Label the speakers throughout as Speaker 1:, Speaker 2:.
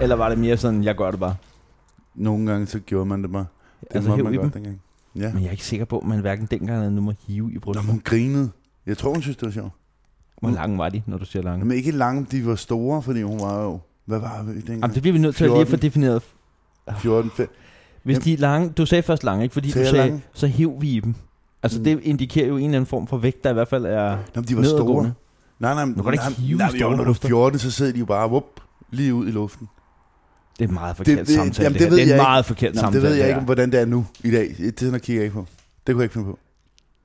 Speaker 1: eller var det mere sådan, jeg gør det bare?
Speaker 2: Nogle gange så gjorde man det bare. Det
Speaker 1: Altså,
Speaker 2: måtte
Speaker 1: hev
Speaker 2: man
Speaker 1: i
Speaker 2: godt
Speaker 1: dem?
Speaker 2: dengang. Ja.
Speaker 1: Men jeg er ikke sikker på, at man hverken dengang eller nu må hive i
Speaker 2: Nå,
Speaker 1: brystet.
Speaker 2: men hun grinede. Jeg tror, hun synes, det var sjovt.
Speaker 1: Mm. Hvor lange var de, når du siger lange?
Speaker 2: Men ikke lange, de var store, fordi hun var jo... Hvad var vi dengang?
Speaker 1: Jamen, det bliver vi nødt til at lige få
Speaker 2: 14.
Speaker 1: defineret.
Speaker 2: 14, 5.
Speaker 1: Hvis de er lange, du sagde først lange, ikke? Fordi
Speaker 2: Sagde
Speaker 1: du
Speaker 2: jeg
Speaker 1: sagde,
Speaker 2: lange?
Speaker 1: så hiv vi i dem. Altså
Speaker 2: Mm.
Speaker 1: det indikerer jo en eller anden form for vægt, der i hvert fald er
Speaker 2: Nå, men de var store.
Speaker 1: nedadgående.
Speaker 2: Nej, nej, men-
Speaker 1: Du kan da ikke
Speaker 2: nej,
Speaker 1: hive
Speaker 2: nej,
Speaker 1: store
Speaker 2: jo, når du er
Speaker 1: hofter.
Speaker 2: 14, så sidder de jo bare whoop, lige ud i luften.
Speaker 1: Det er en meget forkert det,
Speaker 2: det-
Speaker 1: det, samtale.
Speaker 2: jamen,
Speaker 1: Jamen,
Speaker 2: det
Speaker 1: det, her.
Speaker 2: ved
Speaker 1: det er en
Speaker 2: jeg ikke.
Speaker 1: meget forkert
Speaker 2: Nå, men
Speaker 1: samtale.
Speaker 2: det ved jeg
Speaker 1: her.
Speaker 2: ikke, hvordan det er nu i dag. Det sådan kigger jeg ikke på. Det kunne jeg ikke finde på.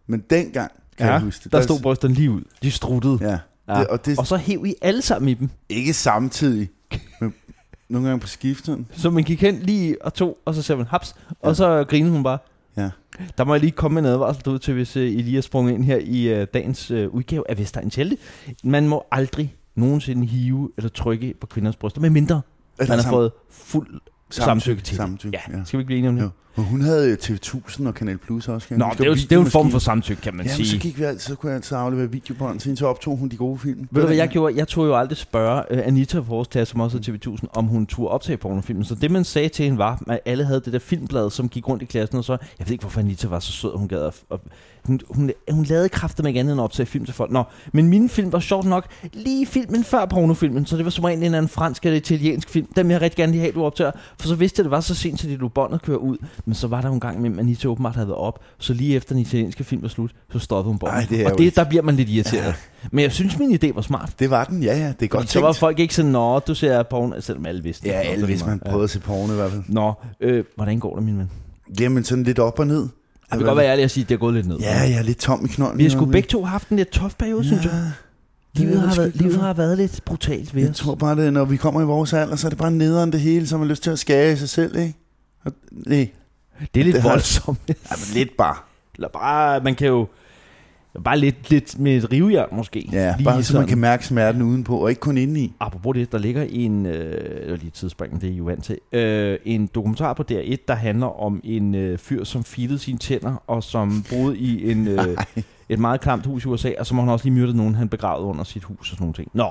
Speaker 2: Men dengang, kan
Speaker 1: Ja,
Speaker 2: jeg huske det.
Speaker 1: Der stod brysterne lige ud. De struttede.
Speaker 2: Ja,
Speaker 1: Ja.
Speaker 2: det, og det er
Speaker 1: Og så hev I alle sammen i dem.
Speaker 2: ikke samtidig. Men nogle gange på skiften.
Speaker 1: Så man gik hen lige og tog, og så sagde man haps,
Speaker 2: Ja.
Speaker 1: og så grinede hun bare.
Speaker 2: Ja.
Speaker 1: Der må jeg lige komme med en advarsel ud til, hvis uh, I lige er sprunget ind her i uh, dagens uh, udgave af Vestegns Helte. Man må aldrig nogensinde hive eller trykke på kvinders bryster, medmindre
Speaker 2: At
Speaker 1: man
Speaker 2: der
Speaker 1: har
Speaker 2: sam-
Speaker 1: fået fuld samtykke til det.
Speaker 2: Samtykke, ja.
Speaker 1: Ja, skal vi ikke blive enige om det?
Speaker 2: Jo. Og hun havde øh, TV1000 og Kanal Plus også. Kan jeg
Speaker 1: Nå,
Speaker 2: huske,
Speaker 1: det er, jo,
Speaker 2: og
Speaker 1: det er jo en form for
Speaker 2: videomaskinen.
Speaker 1: samtykke, kan man
Speaker 2: Jamen, så,
Speaker 1: sige.
Speaker 2: gik vi altid, så kunne jeg altid aflevere videobånd til hende, så optog hun de gode film.
Speaker 1: Ved du, hvad jeg gjorde? Jeg tog jo aldrig spørge uh, Anita fra vores klasse, som også er TV1000, om hun turde optage pornofilmen. Så det, man sagde til hende, var, at alle havde det der filmblad, som gik rundt i klassen, og så... Jeg ved ikke, hvorfor Anita var så sød, at hun gad at... at hun, hun, hun lavede kræfter med ikke andet end at optage film til folk. Nå, men min film var sjovt nok lige filmen før pornofilmen, så det var som regel en eller anden fransk eller italiensk film. Den vil jeg rigtig gerne lige have, du optager. For så vidste jeg, det var så sent, så de lå båndet køre ud. Men så var der jo en gang imellem, at Anita åbenbart havde været op. Så lige efter den italienske film var slut, så stoppede hun båndet.
Speaker 2: Ej, det er
Speaker 1: og
Speaker 2: jo-
Speaker 1: det, der bliver man lidt irriteret. Men jeg synes, min idé var smart.
Speaker 2: Det var den, ja, ja. Det er godt
Speaker 1: Fordi så var
Speaker 2: tænkt.
Speaker 1: folk ikke sådan, nå, du ser porno, selvom alle vidste. det.
Speaker 2: Ja,
Speaker 1: Nå,
Speaker 2: alle
Speaker 1: det
Speaker 2: hvis
Speaker 1: var-
Speaker 2: man prøvede at se porno i hvert fald.
Speaker 1: Ja. Nå, øh, hvordan går det, min ven?
Speaker 2: Jamen, sådan lidt op og ned.
Speaker 1: Jeg vil godt være ærlig og sige, at det er gået lidt ned.
Speaker 2: Ja, jeg er lidt tom i knolden.
Speaker 1: Vi har sgu
Speaker 2: nu,
Speaker 1: begge to haft en lidt tough periode,
Speaker 2: men-
Speaker 1: ja. synes jeg.
Speaker 2: Ja, det ved
Speaker 1: Livet
Speaker 2: jeg
Speaker 1: har,
Speaker 2: sgu
Speaker 1: været,
Speaker 2: ikke,
Speaker 1: livet
Speaker 2: hvorfor.
Speaker 1: har været lidt brutalt ved
Speaker 2: Jeg
Speaker 1: os.
Speaker 2: tror bare, det, er, når vi kommer i vores alder, så er det bare nederen det hele, som man har lyst til at skære i sig selv, ikke? Og, nej.
Speaker 1: det er lidt
Speaker 2: det har-
Speaker 1: voldsomt.
Speaker 2: Ja, men lidt bare.
Speaker 1: Eller bare, man kan jo... Bare lidt, lidt med et rivejern måske.
Speaker 2: Ja,
Speaker 1: Lige
Speaker 2: bare så man
Speaker 1: sådan.
Speaker 2: kan mærke smerten udenpå, og ikke kun indeni.
Speaker 1: Apropos det, der ligger en, øh, det var lige et tidspring, det er I jo vant til, øh, en dokumentar på DR1, der handler om en øh, fyr, som filede sine tænder, og som boede i en, øh, et meget klamt hus i USA, og som han også lige myrdet nogen, han begravede under sit hus og sådan nogle ting. Nå,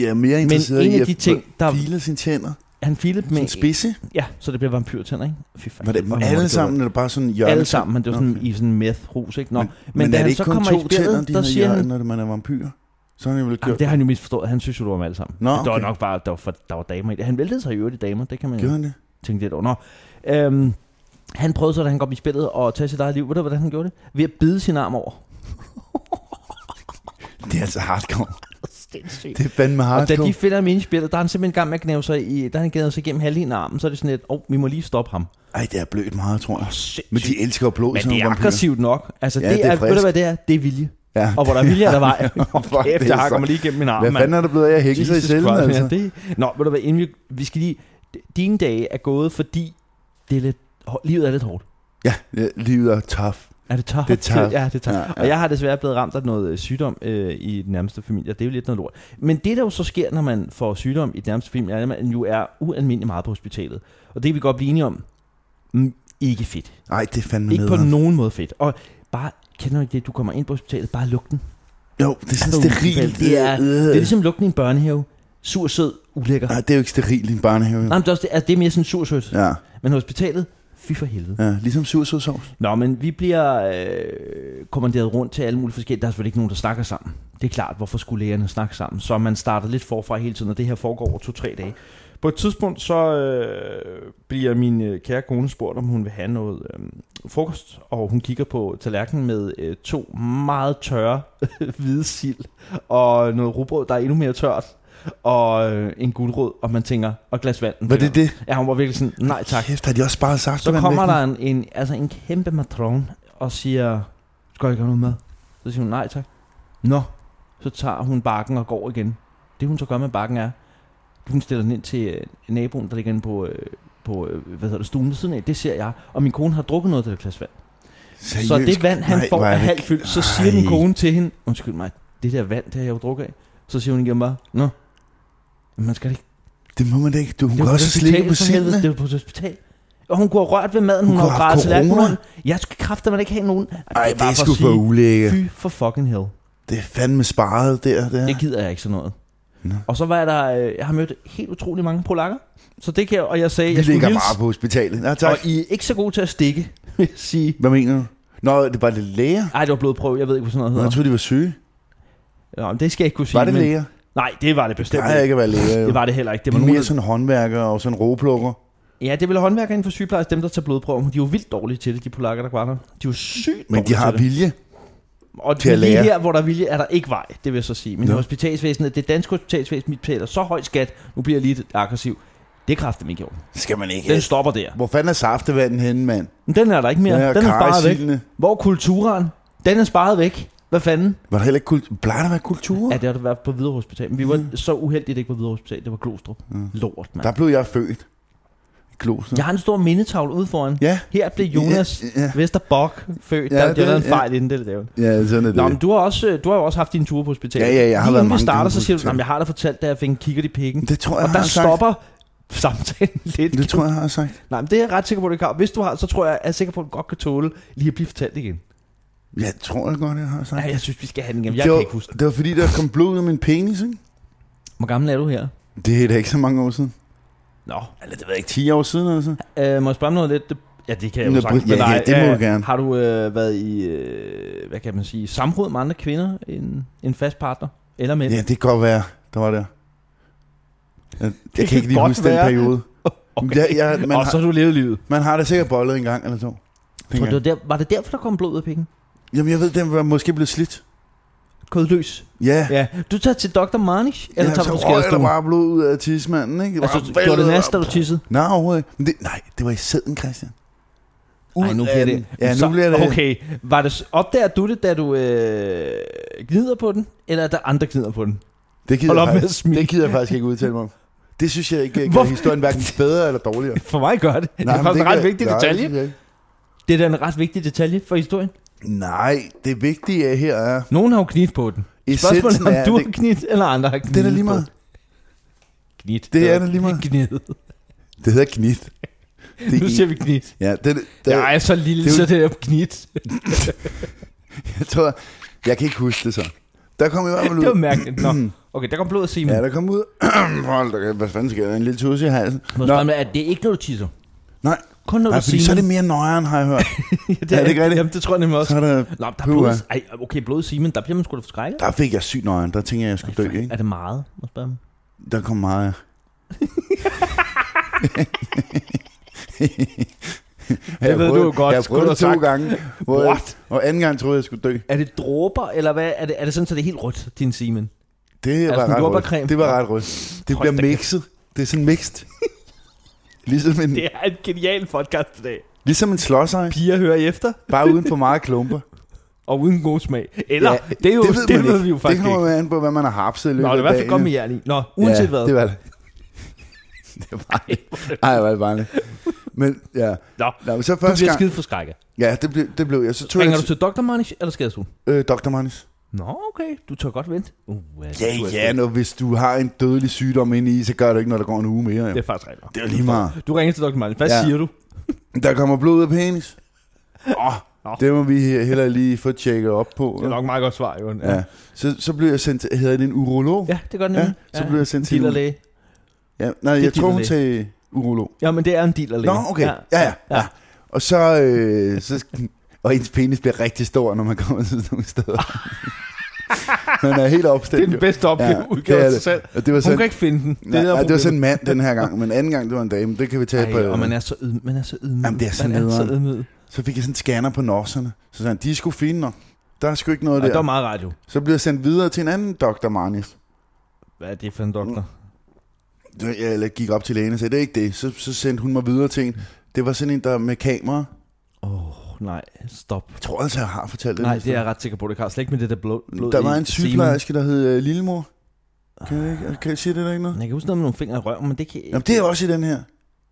Speaker 2: Jeg er mere interesseret
Speaker 1: en
Speaker 2: i
Speaker 1: af
Speaker 2: at
Speaker 1: de ting, der-
Speaker 2: file sine tænder.
Speaker 1: han filede
Speaker 2: Med
Speaker 1: med...
Speaker 2: en spidse?
Speaker 1: Ja, så det bliver vampyrtænder, ikke? Fy fanden.
Speaker 2: Var det
Speaker 1: hvor er
Speaker 2: alle
Speaker 1: godt.
Speaker 2: sammen, eller bare sådan hjørne?
Speaker 1: Alle sammen, men det var sådan
Speaker 2: Okay.
Speaker 1: i sådan en meth-hus, ikke? Nå,
Speaker 2: Men-
Speaker 1: men,
Speaker 2: Men, men
Speaker 1: da
Speaker 2: er det
Speaker 1: han
Speaker 2: ikke
Speaker 1: så
Speaker 2: kun
Speaker 1: kommer
Speaker 2: to
Speaker 1: i
Speaker 2: tænder,
Speaker 1: spillet,
Speaker 2: de
Speaker 1: der
Speaker 2: har i
Speaker 1: siger han,
Speaker 2: hjørnet, når man er vampyr? Så har han jo vel
Speaker 1: Jamen,
Speaker 2: gjort
Speaker 1: det har han jo misforstået, han synes jo, det var dem alle sammen.
Speaker 2: Nå,
Speaker 1: Det var
Speaker 2: okay.
Speaker 1: nok bare, der var, for, der var damer i det. Han væltede sig i øvrigt i damer, det kan man jo
Speaker 2: Gjorde han det?
Speaker 1: tænkte lidt over. Nå, øhm, han prøvede så, da han kom i spillet, at tage sit eget liv. Ved du, hvordan han gjorde det? Ved at bide sin arm over.
Speaker 2: Det er altså hardcore.
Speaker 1: Sindssygt.
Speaker 2: Det er fandme
Speaker 1: Og da
Speaker 2: hardcore.
Speaker 1: de finder ham inde i spillet, der er han simpelthen i gang med at gnave sig i, der er han gnævet sig igennem halvdelen af armen, så er det sådan lidt, åh, oh, vi må lige stoppe ham.
Speaker 2: Ej, det er blødt meget, tror jeg.
Speaker 1: Sindssygt.
Speaker 2: Men de elsker jo blod,
Speaker 1: Men
Speaker 2: sådan
Speaker 1: det er
Speaker 2: nogle vampyrer.
Speaker 1: aggressivt nok. Altså,
Speaker 2: Ja,
Speaker 1: ja, det,
Speaker 2: det
Speaker 1: det
Speaker 2: er
Speaker 1: er, ved
Speaker 2: frisk.
Speaker 1: du hvad det er? Det er vilje.
Speaker 2: Ja.
Speaker 1: Og hvor der er vilje, er der vej.
Speaker 2: Fuck, det
Speaker 1: Kæft,
Speaker 2: er
Speaker 1: jeg hakker
Speaker 2: så-
Speaker 1: mig lige igennem min arm,
Speaker 2: Hvad
Speaker 1: mand.
Speaker 2: fanden er der blevet af at hænge sig i
Speaker 1: Jesus
Speaker 2: cellen,
Speaker 1: Christ,
Speaker 2: altså?
Speaker 1: ja, det, nå, ved du hvad, inden vi, vi skal lige... Dine dage er gået, fordi det er lidt, livet er lidt hårdt.
Speaker 2: Ja, ja, livet er tough.
Speaker 1: Er det tørt?
Speaker 2: Det er tørt.
Speaker 1: Ja, det er tørt.
Speaker 2: Ja,
Speaker 1: Ja,
Speaker 2: ja.
Speaker 1: ja. Og jeg har desværre blevet ramt af noget øh, sygdom øh, i den nærmeste familie, og det er jo lidt noget lort. Men det, der jo så sker, når man får sygdom i den nærmeste familie, er, at man jo er ualmindelig meget på hospitalet. Og det kan vi godt blive enige om. Mm, ikke fedt.
Speaker 2: Ej, det er fandme
Speaker 1: Ikke på
Speaker 2: nederen.
Speaker 1: nogen måde fedt. Og bare, kender du ikke det, du kommer ind på hospitalet, bare lugten.
Speaker 2: Jo, det er sådan
Speaker 1: Uh,
Speaker 2: sterilt.
Speaker 1: Det er,
Speaker 2: øh.
Speaker 1: det er ligesom lugten i en børnehave. Sur, sød, ulækker.
Speaker 2: Nej, det er jo ikke sterilt i en børnehave. jo.
Speaker 1: Nej, men det er, også, det, altså, det er mere sådan sur, sødt.
Speaker 2: Ja,
Speaker 1: Men hospitalet, fy for helvede.
Speaker 2: ja, ligesom sursødsovs.
Speaker 1: Nå, men vi bliver øh, kommanderet rundt til alle mulige forskellige. Der er selvfølgelig ikke nogen, der snakker sammen. Det er klart, hvorfor skulle lægerne snakke sammen? Så man starter lidt forfra hele tiden, og det her foregår over to-tre dage. På et tidspunkt, så øh, bliver min øh, kære kone spurgt, om hun vil have noget øh, frokost, og hun kigger på tallerkenen med øh, to meget tørre hvide sild, og noget rugbrød, der er endnu mere tørt, og øh, en guldrød, og man tænker, og et glas vand.
Speaker 2: Var det det?
Speaker 1: Ja, hun var virkelig sådan, nej tak.
Speaker 2: Kæft, har de også bare sagt,
Speaker 1: Så kommer der en, en, altså en kæmpe matron og siger, skal jeg ikke have noget med? Så siger hun, nej tak. Nå, så tager hun bakken og går igen. Det hun så gør med bakken er, hun stiller den ind til øh, naboen, der ligger inde på, øh, på øh, hvad hedder det, stuen ved siden af. Det ser jeg, og min kone har drukket noget af det der glas vand.
Speaker 2: Seriøst?
Speaker 1: Så det vand, han
Speaker 2: Nej,
Speaker 1: Nej, får,
Speaker 2: hvor
Speaker 1: er
Speaker 2: det-
Speaker 1: halvt fyldt. Så siger
Speaker 2: Ej.
Speaker 1: min kone til hende, undskyld mig, det der vand, det har jeg jo drukket af. Så siger hun igen bare, nå, men man skal da ikke
Speaker 2: Det må man da ikke. Du, hun
Speaker 1: det
Speaker 2: kan
Speaker 1: var
Speaker 2: også
Speaker 1: på hospitalet,
Speaker 2: slikke på
Speaker 1: for helvede.
Speaker 2: sildene.
Speaker 1: Det var på et hospital. Og hun kunne have rørt ved maden, hun,
Speaker 2: Hun
Speaker 1: hun
Speaker 2: kunne
Speaker 1: har
Speaker 2: have haft
Speaker 1: drejet til
Speaker 2: corona.
Speaker 1: munden. Jeg skal kræfte, man ikke have nogen. Ej,
Speaker 2: Ej, det er
Speaker 1: bare
Speaker 2: sgu for ulækkert.
Speaker 1: Fy for fucking hell.
Speaker 2: Det er fandme sparet der. Det,
Speaker 1: Det
Speaker 2: er.
Speaker 1: gider jeg ikke sådan noget.
Speaker 2: Nå.
Speaker 1: Og så var jeg der, øh, jeg har mødt helt utrolig mange polakker. Så det kan jeg, og jeg sagde,
Speaker 2: Vi
Speaker 1: jeg
Speaker 2: ligger
Speaker 1: skulle
Speaker 2: bare
Speaker 1: hilse,
Speaker 2: på hospitalet. Ja, tak.
Speaker 1: og I er ikke så gode til at stikke, vil jeg sige.
Speaker 2: Hvad mener du? Nå, det var det læger.
Speaker 1: Ej, det var blodprøve, jeg ved ikke, hvad sådan
Speaker 2: Nå,
Speaker 1: noget
Speaker 2: jeg
Speaker 1: hedder.
Speaker 2: troede, de var syge.
Speaker 1: Nå, men det skal jeg ikke kunne sige.
Speaker 2: Var det
Speaker 1: men-
Speaker 2: læger?
Speaker 1: Nej, det var det bestemt
Speaker 2: Nej,
Speaker 1: ikke.
Speaker 2: ikke at være læger. Jo.
Speaker 1: Det var det heller ikke. Det
Speaker 2: Det
Speaker 1: var
Speaker 2: var
Speaker 1: nogen,
Speaker 2: mere sådan håndværker og sådan roeplukker.
Speaker 1: der- ja, det ville håndværkere inden for sygeplejerske, dem der tager blodprøver. De er jo vildt dårlige til det, de polakker, der var der. De er jo sygt
Speaker 2: Men de
Speaker 1: dårlige
Speaker 2: har
Speaker 1: til det.
Speaker 2: vilje.
Speaker 1: Og
Speaker 2: til at
Speaker 1: lige
Speaker 2: lære.
Speaker 1: her, hvor der er vilje, er der ikke vej, det vil jeg så sige. Men
Speaker 2: Nå.
Speaker 1: ja. hospitalsvæsenet, det danske hospitalsvæsen, mit betaler så høj skat, nu bliver jeg lige lidt aggressiv. Det kræfter mig gjort.
Speaker 2: Skal man ikke.
Speaker 1: Den stopper der.
Speaker 2: Hvor fanden er saftevanden henne, mand?
Speaker 1: Men den er der ikke mere.
Speaker 2: Ja,
Speaker 1: Ja, den er sparet væk.
Speaker 2: karrysilene.
Speaker 1: Hvor er kulturen, den er sparet væk. Hvad fanden?
Speaker 2: Var der heller ikke kultur? Plejer der at være kultur?
Speaker 1: Ja, det har der været på Hvidovre Hospital. Men vi var mm. så uheldige, at det ikke var Hvidovre Hospital. Det var Glostrup. Mm. Lort, mand.
Speaker 2: Der blev jeg født. I Kloster.
Speaker 1: Jeg har en stor mindetavle ude foran.
Speaker 2: Ja.
Speaker 1: Her blev Jonas
Speaker 2: Ja,
Speaker 1: ja,
Speaker 2: ja.
Speaker 1: ja. Vesterbok født.
Speaker 2: Ja,
Speaker 1: Ja, der, det,
Speaker 2: det-
Speaker 1: der er en
Speaker 2: ja.
Speaker 1: fejl inden det, der.
Speaker 2: Ja, sådan er det.
Speaker 1: Nå, men du har, også, øh, du har jo også haft din tur på hospitalet.
Speaker 2: Ja, ja, jeg har
Speaker 1: Lige
Speaker 2: været
Speaker 1: inden vi
Speaker 2: mange gange
Speaker 1: starter,
Speaker 2: på
Speaker 1: så siger du,
Speaker 2: hospitalet.
Speaker 1: at jeg har da fortalt dig, at jeg fik en kigger i pikken.
Speaker 2: Det tror jeg,
Speaker 1: og
Speaker 2: jeg
Speaker 1: der
Speaker 2: har sagt.
Speaker 1: stopper samtalen lidt.
Speaker 2: Det tror jeg, jeg har sagt.
Speaker 1: Nej, men det er jeg ret sikker på, at du ikke har. Hvis du har, så tror jeg, jeg er sikker på, at du godt kan tåle lige at blive fortalt igen.
Speaker 2: Jeg tror jeg godt, jeg har sagt.
Speaker 1: Nej, jeg synes, vi skal have den igen. Jeg
Speaker 2: det,
Speaker 1: kan
Speaker 2: var,
Speaker 1: ikke huske den.
Speaker 2: det var fordi, der kom blod ud af min penis, ikke?
Speaker 1: Hvor gammel er du her?
Speaker 2: Det er da ikke så mange år siden.
Speaker 1: Nå,
Speaker 2: Eller det ved jeg ikke, 10 år siden altså. eller så.
Speaker 1: øh, må jeg spørge om noget lidt? Ja, det kan jeg
Speaker 2: Nå,
Speaker 1: jo sagtens
Speaker 2: ja, ja, det må du gerne.
Speaker 1: Har du øh, været i, øh, hvad kan man sige, samråd med andre kvinder end en fast partner? Eller mænd?
Speaker 2: Ja, det kan godt være, der var der. Jeg, jeg kan
Speaker 1: kan
Speaker 2: ikke lige
Speaker 1: godt
Speaker 2: huske den
Speaker 1: være.
Speaker 2: periode.
Speaker 1: Okay.
Speaker 2: Ja, ja, man,
Speaker 1: og så
Speaker 2: har,
Speaker 1: har du levet livet.
Speaker 2: man har da sikkert bollet en gang eller to.
Speaker 1: Tror
Speaker 2: tænker
Speaker 1: du, det var, der, var det derfor, der kom blod ud af pikken?
Speaker 2: jeg. Jamen, jeg ved, den var måske blevet slidt.
Speaker 1: Kodløs.
Speaker 2: Ja.
Speaker 1: Ja. Du tager til Dr. Marnish, eller
Speaker 2: ja,
Speaker 1: tager du
Speaker 2: så
Speaker 1: på
Speaker 2: røg der
Speaker 1: skadestuen?
Speaker 2: bare blod ud af tidsmanden, ikke?
Speaker 1: Altså,
Speaker 2: bare
Speaker 1: gjorde det
Speaker 2: væltede
Speaker 1: næste, da
Speaker 2: op.
Speaker 1: du tissede?
Speaker 2: Nej, overhovedet ikke. Men det, nej, det var i sæden, Christian. Ud
Speaker 1: Nej, nu
Speaker 2: af
Speaker 1: bliver
Speaker 2: den.
Speaker 1: det...
Speaker 2: Ja, nu bliver det.
Speaker 1: Okay, var det, s- opdager du det, da du øh, gnider på den, eller er der andre gnider på den?
Speaker 2: Det gider,
Speaker 1: Hold op
Speaker 2: jeg
Speaker 1: med at
Speaker 2: faktisk,
Speaker 1: smile.
Speaker 2: det gider jeg faktisk ikke udtale mig om. Det synes jeg ikke gør
Speaker 1: Hvorfor?
Speaker 2: historien hverken bedre eller dårligere.
Speaker 1: For mig gør det. Nej, det er
Speaker 2: men
Speaker 1: faktisk en
Speaker 2: kan-
Speaker 1: ret vigtig
Speaker 2: nej, det
Speaker 1: detalje.
Speaker 2: synes jeg ikke.
Speaker 1: Det er da en ret vigtig detalje for historien.
Speaker 2: Nej, det vigtige er her er...
Speaker 1: Nogen har jo knidt på den. Spørgsmålet
Speaker 2: Essensen
Speaker 1: er,
Speaker 2: er,
Speaker 1: om du har
Speaker 2: det,
Speaker 1: knidt, eller andre har knidt
Speaker 2: det er da lige meget.
Speaker 1: Knit.
Speaker 2: Det er da lige meget.
Speaker 1: Knid.
Speaker 2: Det hedder knit. Det
Speaker 1: Nu
Speaker 2: en-
Speaker 1: siger vi knit.
Speaker 2: Ja, det, det, det,
Speaker 1: Jeg er så lille,
Speaker 2: det er jo-
Speaker 1: så det er knit.
Speaker 2: jeg tror... Jeg kan ikke huske det så. Der kom i hvert fald
Speaker 1: Det var
Speaker 2: ud...
Speaker 1: mærkeligt. Nå. Okay, der kom blod af Simon.
Speaker 2: Ja,
Speaker 1: Ja,
Speaker 2: der kom ud... Hold da, kæft, hvad fanden sker der? En lille tusse i halsen. Nå,
Speaker 1: Nå. Er det ikke noget tisser?
Speaker 2: nej,
Speaker 1: Kun noget
Speaker 2: nej, fordi så er det
Speaker 1: Simon.
Speaker 2: mere nøjeren, har jeg hørt.
Speaker 1: Ja,
Speaker 2: er det ikke rigtigt?
Speaker 1: Jamen, det tror jeg nemlig også.
Speaker 2: Så er der...
Speaker 1: Nå, der er
Speaker 2: Puha.
Speaker 1: blod. Ej, okay, blod af Simon, der bliver man sgu da forskrækket.
Speaker 2: Der fik jeg sygt nøjeren. Der tænkte jeg, jeg skulle dø, ikke?
Speaker 1: Er det meget? Må jeg spørge om?
Speaker 2: Der kom meget... af. Jeg
Speaker 1: ved du
Speaker 2: prøvede-
Speaker 1: jo godt,
Speaker 2: Jeg
Speaker 1: skulle du
Speaker 2: prøvede
Speaker 1: have
Speaker 2: to
Speaker 1: sagt.
Speaker 2: gange, hvor jeg,
Speaker 1: What?
Speaker 2: og anden gang troede jeg, jeg skulle dø.
Speaker 1: Er det dråber, eller hvad? Er det, er det sådan, så det er helt rødt, din Simon?
Speaker 2: Det
Speaker 1: Altså
Speaker 2: var,
Speaker 1: sådan
Speaker 2: ret
Speaker 1: jordbærcreme.
Speaker 2: rødt. det var ret rødt. Det
Speaker 1: Hold
Speaker 2: bliver
Speaker 1: da
Speaker 2: mixet. Det er sådan mixed. Ligesom en,
Speaker 1: Det er en genial podcast i dag.
Speaker 2: ligesom en slåsøj,
Speaker 1: Piger hører I efter,
Speaker 2: bare uden for meget klumper.
Speaker 1: og uden god smag. Eller,
Speaker 2: Ja,
Speaker 1: ja, det, er jo, det, det
Speaker 2: man
Speaker 1: ved
Speaker 2: ikke.
Speaker 1: vi jo faktisk
Speaker 2: Det
Speaker 1: ikke.
Speaker 2: kommer jo an på, hvad man har hapset i løbet
Speaker 1: Nå, det er i
Speaker 2: af
Speaker 1: hvert fald
Speaker 2: dagen,
Speaker 1: godt
Speaker 2: jo.
Speaker 1: med jern i. Nå, uanset
Speaker 2: ja,
Speaker 1: hvad.
Speaker 2: det var det. det var det. Ej, hvor er det barnligt. Men ja,
Speaker 1: Nå,
Speaker 2: Nå, men så
Speaker 1: du
Speaker 2: første
Speaker 1: bliver
Speaker 2: gang.
Speaker 1: skide forskrækket.
Speaker 2: Ja, det blev, det blev jeg. Så tog jeg
Speaker 1: Ringer du
Speaker 2: til
Speaker 1: til Dr. Manish, eller skal du?
Speaker 2: øh, Dr. Manis.
Speaker 1: Nå, okay, du tør godt vente. Uh, ja, det
Speaker 2: Ja,
Speaker 1: tør jeg
Speaker 2: ja,
Speaker 1: sgu.
Speaker 2: når, hvis du har en dødelig sygdom inde i, så gør det ikke, når der går en uge mere. Jo.
Speaker 1: Det er faktisk rigtigt.
Speaker 2: Det er jo lige meget.
Speaker 1: Du ringer til Dr. Manish. Hvad
Speaker 2: Ja.
Speaker 1: siger du?
Speaker 2: Der kommer blod ud af penis. Åh,
Speaker 1: Nå.
Speaker 2: oh, det må vi heller lige få tjekket op på.
Speaker 1: Det er nok meget godt svar, Jon.
Speaker 2: Ja. Så, så blev jeg sendt til, hedder det en urolog?
Speaker 1: ja det gør den
Speaker 2: Ja,
Speaker 1: nemlig.
Speaker 2: så blev jeg sendt til-
Speaker 1: Dealerlæge.
Speaker 2: ja nej,
Speaker 1: er
Speaker 2: jeg tror hun
Speaker 1: dealerlæge.
Speaker 2: sagde urolog.
Speaker 1: Ja, men det er en dealerlæge.
Speaker 2: Nå, okay. Ja, ja, ja. Og så, øh, så, og ens penis bliver rigtig stor, når man kommer til sådan nogle steder. man er helt
Speaker 1: Det er
Speaker 2: opstemt.
Speaker 1: den bedste opgave, ja, udgave
Speaker 2: det er
Speaker 1: af sig selv.
Speaker 2: det. Og det var
Speaker 1: Hun kan
Speaker 2: sådan,
Speaker 1: ikke finde den.
Speaker 2: nej,
Speaker 1: det,
Speaker 2: nej,
Speaker 1: er
Speaker 2: det var sådan en mand den her gang, men anden gang det var en dame, det kan vi tage på.
Speaker 1: Ej, og man er så, yd, man er så ydmyg.
Speaker 2: Jamen, det er så
Speaker 1: man er så
Speaker 2: nederen.
Speaker 1: ydmyg.
Speaker 2: Så fik jeg sådan en scanner på nosserne. Så sagde han, de er sgu fine nok. Der er sgu ikke noget
Speaker 1: Og det var
Speaker 2: der.
Speaker 1: meget radio.
Speaker 2: Så blev jeg sendt videre til en anden doktor, Marnis.
Speaker 1: Hvad er det for en doktor?
Speaker 2: Jeg eller gik op til lægen og sagde, det er ikke det. Så, så sendte hun mig videre til en. Det var sådan en, der med kamera. Mm.
Speaker 1: Åh, oh, nej, stop.
Speaker 2: Jeg tror altså, jeg har fortalt det.
Speaker 1: Nej, det er jeg ret sikker på, det kan slet ikke med det der blod. blod
Speaker 2: Der var
Speaker 1: i semen.
Speaker 2: en sygeplejerske, der hed øh, Lillemor. Kan jeg, ikke, kan jeg sige det der ikke noget?
Speaker 1: Jeg kan huske noget med nogle fingre i røven, men det kan...
Speaker 2: Jamen, det er også i den her.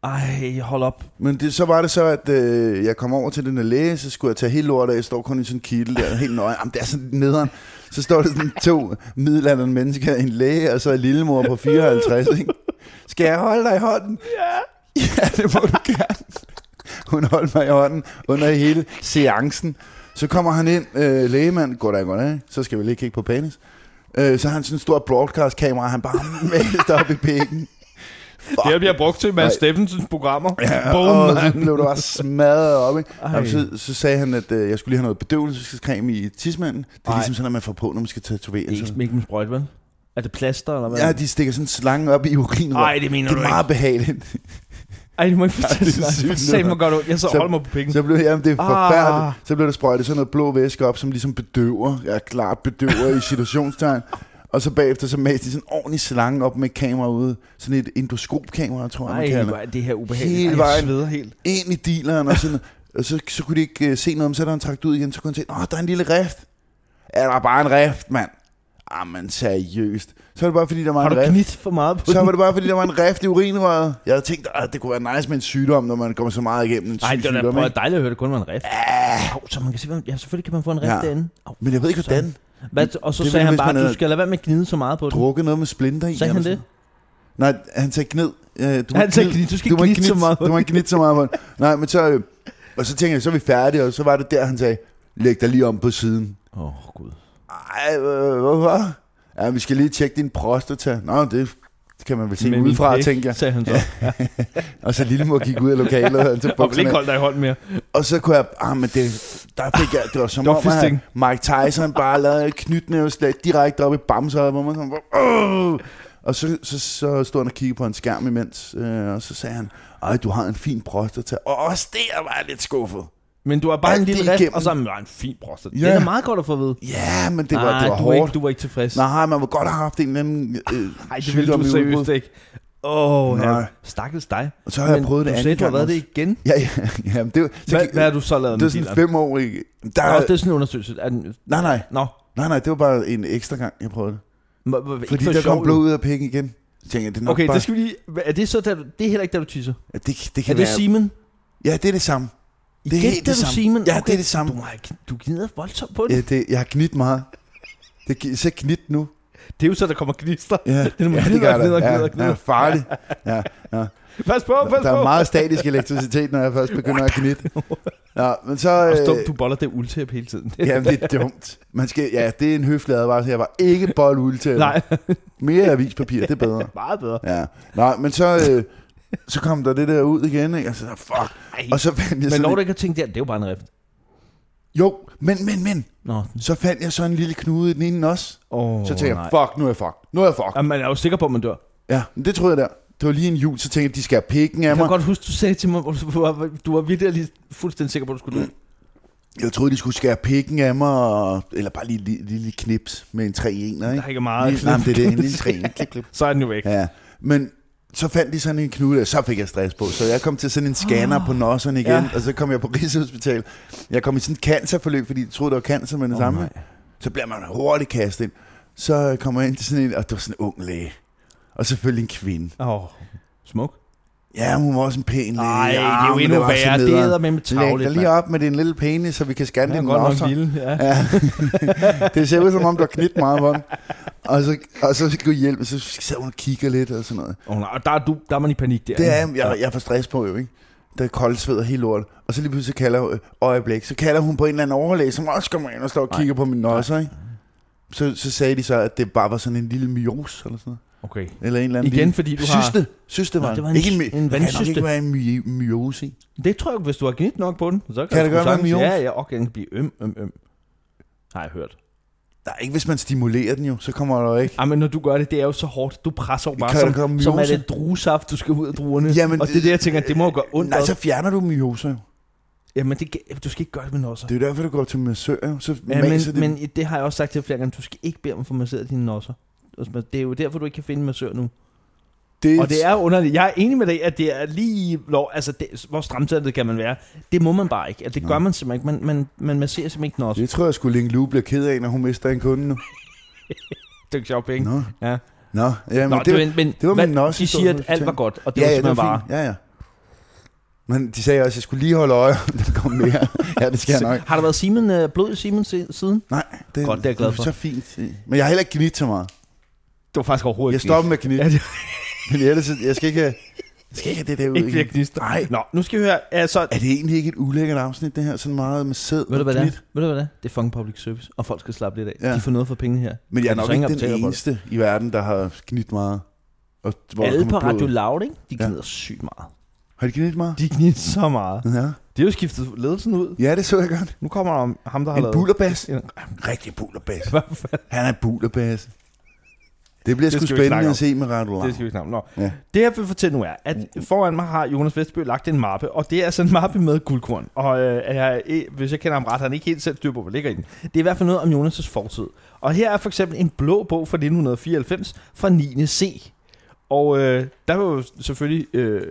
Speaker 1: Ej, hold op.
Speaker 2: Men det, så var det så, at øh, jeg kom over til den her læge, så skulle jeg tage hele lortet af, jeg står kun i sådan en kittel der, helt nøje. Jamen, det er sådan lidt nederen. Så står der sådan to middelalderne mennesker, en læge, og så en lillemor på 54, ikke? Skal jeg holde dig i hånden? Ja. Ja, det må du gerne. Hun holdt mig i hånden under hele seancen. Så kommer han ind, øh, lægemand, goddag, goddag, så skal vi lige kigge på penis. Øh, så har han sådan en stor broadcast-kamera, han bare mest op i pikken. Fuck.
Speaker 3: Det her bliver brugt til Mads
Speaker 2: Nej.
Speaker 3: Steffensens programmer.
Speaker 2: Ja,
Speaker 3: Boom,
Speaker 2: og så
Speaker 3: mand.
Speaker 2: blev der bare smadret op, ikke?
Speaker 1: Ej.
Speaker 2: Jamen, så, så sagde han, at øh, jeg skulle lige have noget bedøvelsescreme i tidsmanden. Det er
Speaker 1: Ej.
Speaker 2: ligesom sådan, at man får på, når man skal tatovere.
Speaker 1: Det er
Speaker 2: sig.
Speaker 1: ikke, ikke med sprøjt, vel? Er det plaster, eller hvad?
Speaker 2: Ja, de stikker sådan en slange op i urinen.
Speaker 1: Ej, det mener
Speaker 2: det
Speaker 1: du
Speaker 2: er meget behageligt.
Speaker 1: Ej, du må ikke
Speaker 2: Ja,
Speaker 1: fortælle
Speaker 2: det er
Speaker 1: mig.
Speaker 2: sygt,
Speaker 1: For sagde mig
Speaker 2: noget.
Speaker 1: godt ondt. Jeg så,
Speaker 2: Så-
Speaker 1: holder mig på pikken.
Speaker 2: Så blev, jamen, det er
Speaker 1: Ah.
Speaker 2: forfærdeligt. Så blev der sprøjtet sådan noget blå væske op, som ligesom bedøver. Ja, klart bedøver i situationstegn. Og så bagefter, så mæste de sådan en ordentlig slange op med et kamera ude. Sådan et endoskopkamera, tror jeg, man
Speaker 1: Ej,
Speaker 2: kalder
Speaker 1: hvor
Speaker 2: det.
Speaker 1: er det her ubehageligt.
Speaker 2: Hele
Speaker 1: Ej,
Speaker 2: vejen.
Speaker 1: Jeg sveder helt.
Speaker 2: Ind i dealeren, og, sådan, og så, så kunne de ikke øh, se noget, men så da han trakt ud igen, så kunne han se, åh, der er en lille rift. Ja, der er bare en rift, mand. Ah, men seriøst. Så er det bare, fordi der var
Speaker 1: Har
Speaker 2: en
Speaker 1: du
Speaker 2: rift.
Speaker 1: gnidt for meget på
Speaker 2: Så
Speaker 1: den?
Speaker 2: var det bare, fordi der var en rift i urinrøret. Jeg havde tænkt, at det kunne være nice med en sygdom, når man kommer så meget igennem en syg
Speaker 1: Ej, det var da
Speaker 2: sygdom.
Speaker 1: prøv,
Speaker 2: ikke?
Speaker 1: at dejligt at høre, det kun var en rift. Au, så man kan se, hvad- ja, selvfølgelig kan man få en rift
Speaker 2: Ja.
Speaker 1: derinde. Au.
Speaker 2: Men jeg ved ikke, hvordan.
Speaker 1: Hvad, og så
Speaker 2: Det er
Speaker 1: sagde
Speaker 2: vel,
Speaker 1: han
Speaker 2: hvis man
Speaker 1: bare,
Speaker 2: havde
Speaker 1: du skal lade være med at gnide så meget på den.
Speaker 2: drukket noget med splinter i.
Speaker 1: Sagde han
Speaker 2: eller
Speaker 1: det?
Speaker 2: sådan noget. Nej, han sagde gnid. Øh, du må
Speaker 1: Han sagde
Speaker 2: gnid-
Speaker 1: gnid, du skal
Speaker 2: du må
Speaker 1: ikke gnide så meget på
Speaker 2: Du må
Speaker 1: den.
Speaker 2: ikke gnide så meget på den. Nej, men så... øh, Og så tænkte jeg, så er vi færdige, og så var det der, han sagde, læg dig lige om på siden.
Speaker 1: Åh, oh, gud.
Speaker 2: Ej, øh, hvorfor? Ja, vi skal lige tjekke din prostata. Nå, det det kan man vel se
Speaker 1: Med min
Speaker 2: udefra,
Speaker 1: pik,
Speaker 2: tænkte jeg.
Speaker 1: Sagde han så.
Speaker 2: Og så lille mor gik ud af lokalet og han tog
Speaker 3: Og vil
Speaker 2: bukserne
Speaker 3: ikke
Speaker 2: af.
Speaker 3: holde dig i hånden mere.
Speaker 2: Og så kunne jeg, ah, men det, der fik jeg, det var som
Speaker 3: Det var
Speaker 2: om, at
Speaker 3: fisting.
Speaker 2: Mike Tyson bare lavede et knytnæveslag direkte op i bamser, hvor man sådan, Åh! og så, så, så stod han og kiggede på en skærm imens, øh, og så sagde han, ej, du har en fin prostata, og også der var jeg lidt skuffet.
Speaker 1: Men du har bare en
Speaker 2: Alt
Speaker 1: lille
Speaker 2: det
Speaker 1: rift,
Speaker 2: igennem.
Speaker 1: og så var en fin prostat.
Speaker 2: Ja.
Speaker 1: Det er da meget godt at få at vide.
Speaker 2: Ja, men det var,
Speaker 1: Nej,
Speaker 2: det var
Speaker 1: du,
Speaker 2: hårdt.
Speaker 1: Er ikke, du var ikke tilfreds.
Speaker 2: Nej, man må godt have haft en eller anden øh,
Speaker 1: Nej, det ville
Speaker 2: sygdom
Speaker 1: du
Speaker 2: i
Speaker 1: seriøst
Speaker 2: udbrud.
Speaker 1: ikke. Åh, oh,
Speaker 2: Nej.
Speaker 1: ja. stakkels dig.
Speaker 2: Og så har jeg prøvet det
Speaker 1: du
Speaker 2: andet
Speaker 1: sagde, du har
Speaker 2: gang
Speaker 1: været det
Speaker 2: også.
Speaker 1: igen.
Speaker 2: Ja, ja, ja men det, var- så,
Speaker 1: Hvad, hvad har du så lavet
Speaker 2: det er
Speaker 1: med
Speaker 2: sådan
Speaker 1: dealeren?
Speaker 2: fem år. ikke? Der,
Speaker 1: Nå, det er sådan en undersøgelse. Er den,
Speaker 2: nej, nej,
Speaker 1: nå,
Speaker 2: nej, nej, det var bare en ekstra gang, jeg prøvede det.
Speaker 1: m- m-
Speaker 2: Fordi
Speaker 1: ikke for
Speaker 2: der
Speaker 1: sjov,
Speaker 2: kom
Speaker 1: jo.
Speaker 2: blod ud af pikken igen. Så tænkte jeg, det er nok
Speaker 1: Okay,
Speaker 2: bare...
Speaker 1: det skal vi lige... Er det så, der, du- det er heller ikke, der du tisser?
Speaker 2: Ja, det, det
Speaker 1: Er
Speaker 2: kan
Speaker 1: det
Speaker 2: være...
Speaker 1: Simen?
Speaker 2: Ja, det er det samme.
Speaker 1: Igen, det er
Speaker 2: helt
Speaker 1: det,
Speaker 2: det
Speaker 1: du
Speaker 2: samme.
Speaker 1: Simen?
Speaker 2: Ja, det er det samme.
Speaker 1: Du, har ikke- du gnider voldsomt på det.
Speaker 2: Ja, det, jeg har gnidt meget. Det gi- så gnidt nu.
Speaker 1: Det er jo så, der kommer gnister.
Speaker 2: Ja,
Speaker 1: Det er, når man gnider og gnider og gnider og
Speaker 2: Ja, ja,
Speaker 1: gnider.
Speaker 2: farligt. Ja, ja.
Speaker 3: Pas på, pas
Speaker 2: Der
Speaker 3: på.
Speaker 2: er meget statisk elektricitet, når jeg først begynder at gnitte. Ja, men så...
Speaker 1: Og
Speaker 2: Øh,
Speaker 1: stum, du boller det uldtæp hele tiden.
Speaker 2: jamen, det er dumt. Man skal, ja, det er en høflig advarsel. Jeg var ikke bold uldtæppe.
Speaker 1: Nej,
Speaker 2: Mere avispapir, det er bedre.
Speaker 1: meget bedre.
Speaker 2: Ja. Nej, men så, øh, så kom der det der ud igen, ikke? Og så, fuck.
Speaker 1: Ej.
Speaker 2: Og så fandt jeg
Speaker 1: Men
Speaker 2: sådan...
Speaker 1: når du
Speaker 2: en-
Speaker 1: ikke har tænkt der, det er jo bare en rift.
Speaker 2: Jo, men, men, men.
Speaker 1: Nå,
Speaker 2: Så fandt jeg så en lille knude i den ene også.
Speaker 1: oh,
Speaker 2: Så tænkte jeg, fuck, nu er jeg fuck. Nu er jeg fuck.
Speaker 1: Jamen, man er jo sikker på, at man dør.
Speaker 2: Ja, men det troede jeg der. Det var lige en jul, så tænkte jeg, de skal have pikken af
Speaker 1: Jeg
Speaker 2: mig.
Speaker 1: kan godt huske, du sagde til mig, hvor du var, du var virkelig lige fuldstændig sikker på, at du skulle dø.
Speaker 2: Jeg troede, de skulle skære pikken af mig, og... eller bare lige lige- lige lille knips med en 3 1
Speaker 1: Der er
Speaker 2: ikke?
Speaker 1: ikke meget.
Speaker 2: Lille, nej, men det er det, en lille 3 klip, klip.
Speaker 3: Så er den jo væk.
Speaker 2: Ja, men så fandt de sådan en knude, og så fik jeg stress på. Så jeg kom til sådan en scanner på nosserne igen,
Speaker 1: Ah. Ja.
Speaker 2: og så kom jeg på Rigshospitalet. Jeg kom i sådan et cancerforløb, fordi de troede, det var cancer med det
Speaker 1: Åh,
Speaker 2: samme.
Speaker 1: nej.
Speaker 2: Så bliver man hurtigt kastet ind. Så kommer jeg ind til sådan en, og det var sådan en ung læge. Og selvfølgelig en kvinde.
Speaker 1: Åh, smuk.
Speaker 2: Ja, hun var også en pæn læge.
Speaker 1: Nej, det
Speaker 2: Ja,
Speaker 1: er jo
Speaker 2: ah, men
Speaker 1: endnu
Speaker 2: var så
Speaker 1: værre. Det
Speaker 2: nederen.
Speaker 1: er med med
Speaker 2: Læg
Speaker 1: tavligt.
Speaker 2: dig lige op med din lille penis, så vi kan scanne
Speaker 1: Det er
Speaker 2: din
Speaker 1: godt nok
Speaker 2: også.
Speaker 1: vilde. Ja.
Speaker 2: Ja. det ser ud som om, der er knidt meget på den. Og så, og så skulle jeg hjælpe, så sad hun og kigger lidt og sådan noget.
Speaker 1: Oh, nej, og der er, du, der er man i panik der.
Speaker 2: Det er,
Speaker 1: ikke?
Speaker 2: jeg, jeg får stress på jo, ikke? Der er koldt sved og helt lort. Og så lige pludselig kalder hun, øh, øjeblik, så kalder hun på en eller anden overlæge, som også kommer ind og står og
Speaker 1: Nej.
Speaker 2: kigger på min nosser, ikke? Så, så sagde de så, at det bare var sådan en lille myos eller sådan noget.
Speaker 1: Okay.
Speaker 2: Eller en eller anden
Speaker 1: Igen,
Speaker 2: lille...
Speaker 1: fordi du har...
Speaker 2: Syste. Syste var,
Speaker 1: Nå, det var en
Speaker 2: en, ikke en, my-
Speaker 1: en
Speaker 2: Det kan nok
Speaker 1: vandsyste.
Speaker 2: ikke være en my- myose i.
Speaker 1: Det tror jeg, hvis du har gnidt nok på den, så kan,
Speaker 2: Kan det
Speaker 1: sgu
Speaker 2: godt være
Speaker 1: sagtens-
Speaker 2: en myose?
Speaker 1: Ja, ja, og den kan blive øm, øm, øm. Har jeg hørt.
Speaker 2: Der er ikke, hvis man stimulerer den jo, så kommer der jo ikke.
Speaker 1: Ej, men når du gør det, det er jo så hårdt. Du presser jo bare,
Speaker 2: Kan der
Speaker 1: som,
Speaker 2: komme
Speaker 1: som er
Speaker 2: myose?
Speaker 1: det druesaft, du skal ud af druerne.
Speaker 2: Jamen,
Speaker 1: og det er det, jeg tænker, det må jo gøre ondt.
Speaker 2: Nej, så
Speaker 1: også.
Speaker 2: fjerner du myose jo.
Speaker 1: Jamen, det, kan- du skal ikke gøre det med nosser.
Speaker 2: Det er jo derfor, du går til massør, jo. så
Speaker 1: Ja,
Speaker 2: maser
Speaker 1: men,
Speaker 2: det.
Speaker 1: men i- det har jeg også sagt til flere gange, du skal ikke bede om at få masseret dine nosser. Altså, Det er jo derfor, du ikke kan finde en massør nu.
Speaker 2: det,
Speaker 1: Og det er underligt. Jeg er enig med dig, at det er lige... Lov, altså, det, hvor stramtændet kan man være? Det må man bare ikke. Altså, det gør man simpelthen ikke. Man, man, man masserer simpelthen ikke nosser.
Speaker 2: det tror jeg skulle Ling Lu bliver ked af, når hun mister en kunde nu.
Speaker 1: Det er jo sjovt, ikke?
Speaker 2: Nå,
Speaker 1: Ja.
Speaker 2: Nå. ja, men
Speaker 1: Nå,
Speaker 2: Nå, det, var,
Speaker 1: men, men
Speaker 2: det var
Speaker 1: hvad-
Speaker 2: min nosser,
Speaker 1: De
Speaker 2: stod
Speaker 1: siger,
Speaker 2: der
Speaker 1: at
Speaker 2: på
Speaker 1: alt var
Speaker 2: fortælling.
Speaker 1: godt, og det
Speaker 2: ja,
Speaker 1: var
Speaker 2: ja, det
Speaker 1: simpelthen
Speaker 2: var
Speaker 1: bare...
Speaker 2: fint. Ja, ja. Men de sagde også, at jeg skulle lige holde øje, om der kom mere. ja, det skal jeg nok.
Speaker 1: Har der været Simen, øh, blod i Simen si- siden?
Speaker 2: Nej, det,
Speaker 1: Godt, det er jeg glad for.
Speaker 2: Så fint. Men jeg har heller ikke gnidt så meget.
Speaker 3: Det var faktisk overhovedet
Speaker 2: Jeg stopper med at
Speaker 3: Ja,
Speaker 2: knitte.
Speaker 3: det-
Speaker 2: Men ellers, jeg skal ikke... Jeg skal ikke have det der ud
Speaker 3: Ikke flere
Speaker 2: igen.
Speaker 3: gnister.
Speaker 2: Nej.
Speaker 3: Nå, nu skal vi høre. Altså,
Speaker 2: Er det egentlig ikke et ulækkert afsnit, det her? Sådan meget med sæd
Speaker 1: Ved du,
Speaker 2: og
Speaker 1: hvad det er?
Speaker 2: knit?
Speaker 1: Ved du, hvad det er? Det er fucking public service, og folk skal slappe lidt af.
Speaker 2: Ja.
Speaker 1: Ja. De får noget for pengene her.
Speaker 2: Men jeg er
Speaker 1: Men
Speaker 2: nok
Speaker 1: så
Speaker 2: ikke
Speaker 1: ingen betaler
Speaker 2: den
Speaker 1: for det.
Speaker 2: eneste i verden, der har gnidt meget. Og hvor
Speaker 1: Hvor
Speaker 2: der
Speaker 1: Alle på
Speaker 2: kommer blod
Speaker 1: Radio
Speaker 2: ud.
Speaker 1: Loud, ikke? De
Speaker 2: Ja.
Speaker 1: gnider sygt meget.
Speaker 2: Har de gnidt meget?
Speaker 1: De gnider så meget.
Speaker 2: Ja.
Speaker 1: Det er jo skiftet ledelsen ud.
Speaker 2: ja, det så jeg godt.
Speaker 1: Nu kommer der ham, der har
Speaker 2: En
Speaker 1: lavet...
Speaker 2: bullerbas.
Speaker 1: En-
Speaker 2: Rigtig bullerbas.
Speaker 1: Hvad fanden?
Speaker 2: Han er bullerbas. Det bliver
Speaker 3: Det
Speaker 2: sgu
Speaker 3: skal vi ikke snakke
Speaker 2: spændende
Speaker 3: om.
Speaker 2: at se med Radio Loud.
Speaker 3: Det skal vi snakke om. Nå.
Speaker 2: Ja.
Speaker 3: Ja. Det jeg vil fortælle nu er, at foran mig har Jonas Vestby lagt en mappe, og det er sådan en mappe med guldkorn. Og øh, jeg, eh, hvis jeg kender ham ret, har han ikke helt selv styr på, hvad ligger i den. Det er i hvert fald noget om Jonas' fortid. Og her er for eksempel en blå bog fra 1994 fra 9. C. Og øh, der var jo selvfølgelig... Øh,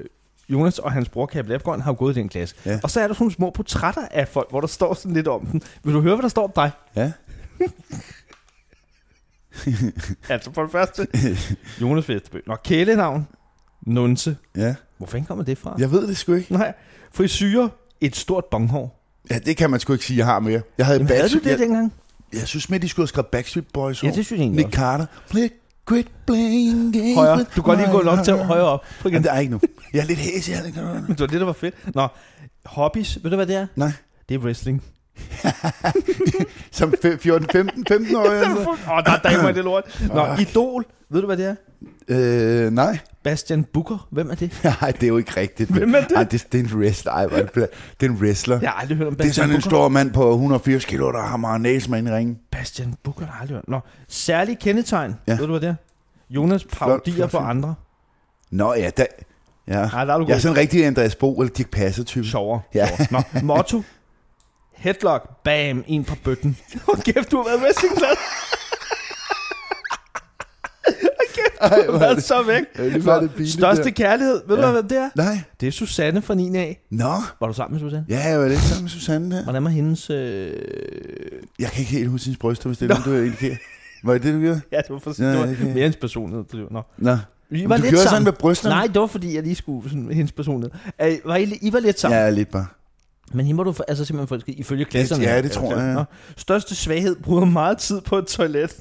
Speaker 3: Jonas og hans bror, Kab Labgården, har jo gået i den klasse.
Speaker 2: Ja.
Speaker 3: Ja. Og så er der sådan nogle små portrætter af folk, hvor der står sådan lidt om dem. Vil du høre, hvad der står om dig?
Speaker 2: Ja.
Speaker 3: Altså for det første, Jonas Vestby. Nå, kælenavn, Nunse.
Speaker 2: ja.
Speaker 1: Hvor fanden kommer det fra?
Speaker 2: Jeg ved det sgu ikke.
Speaker 3: Nej. Frisyrer, et stort bonghår. altså,
Speaker 2: Ja, det kan man sgu ikke sige, jeg har mere. Jeg havde
Speaker 1: Jamen, havde du
Speaker 2: Backstreet-
Speaker 1: det dengang?
Speaker 2: Jeg, jeg synes med, de skulle have skrevet Backstreet Boys
Speaker 1: Ja,
Speaker 2: over.
Speaker 1: det synes jeg egentlig
Speaker 2: Nick
Speaker 1: også.
Speaker 2: Carter. Quit, quit playing games.
Speaker 3: Højere.
Speaker 2: with
Speaker 3: Du kan godt lige gå
Speaker 2: my
Speaker 3: nok til
Speaker 2: heart.
Speaker 3: højere op. Prøv igen.
Speaker 2: Jamen, det er ikke nu. Jeg er lidt hæs i alle kørerne.
Speaker 3: Det var det, der var fedt. Nå, hobbies. Ved du, hvad det er?
Speaker 2: Nej.
Speaker 3: Det er wrestling.
Speaker 2: Som fe- 14, 15, 15 år.
Speaker 3: Åh,
Speaker 2: altså.
Speaker 3: oh, der er damer i det lort. Nå,
Speaker 2: Fuck.
Speaker 3: idol. Ved du, hvad det er?
Speaker 2: øh, nej.
Speaker 3: Bastian Booker. Hvem er det?
Speaker 2: Nej, det er jo ikke rigtigt.
Speaker 3: Hvem er det?
Speaker 2: Ej, det, det er en wrestler. Ej, hvor er det, bla- det er en wrestler.
Speaker 3: Jeg har aldrig hørt om
Speaker 2: Det er
Speaker 3: Bastian
Speaker 2: sådan en
Speaker 3: Booker.
Speaker 2: stor mand på 180 kilo, der har meget næse med en ring.
Speaker 3: Bastian Booker, der har jeg aldrig hørt. Nå, særlig kendetegn.
Speaker 2: Ja.
Speaker 3: Ja. Ved du, hvad det er? Jonas parodier
Speaker 2: flot
Speaker 3: på
Speaker 2: film.
Speaker 3: andre.
Speaker 2: Nå ja, da, ja.
Speaker 3: Nej, der er du
Speaker 2: Jeg er
Speaker 3: god.
Speaker 2: sådan en rigtig Andreas Bo eller Dirk Passer type.
Speaker 3: Sjovere.
Speaker 2: Ja.
Speaker 3: Nå, motto. Headlock. Bam. En på bøtten. Hold kæft, du har været wrestling
Speaker 2: Ej,
Speaker 3: Du har været så væk.
Speaker 2: Ja, det
Speaker 3: Nå,
Speaker 2: var det pinligt,
Speaker 3: Største
Speaker 2: der.
Speaker 3: kærlighed. Ved du,
Speaker 2: Ja.
Speaker 3: hvad det er?
Speaker 2: Nej.
Speaker 3: Det er Susanne fra 9A.
Speaker 2: Nå.
Speaker 1: Var du sammen med Susanne?
Speaker 2: Ja, jeg var lidt sammen med Susanne der.
Speaker 1: Hvordan var hendes... Øh...
Speaker 2: Jeg kan ikke helt huske hendes bryster, hvis det er dem, du indikerer. Var det det, du gjorde?
Speaker 3: Ja, det var, for,
Speaker 2: Ja,
Speaker 3: det var
Speaker 2: okay.
Speaker 3: mere ens personlighed. Det var, nå.
Speaker 2: Nå.
Speaker 1: I
Speaker 2: Men du gjorde sådan med brysterne?
Speaker 1: Nej, det var fordi, jeg lige skulle sådan, hendes personlighed. Øh, var I, I var lidt sammen.
Speaker 2: Ja, lidt bare.
Speaker 1: Ja. Men hende må du for, altså, simpelthen for, ifølge klasserne.
Speaker 2: Ja, det tror jeg.
Speaker 1: Nå. Største svaghed bruger meget tid på et toilet.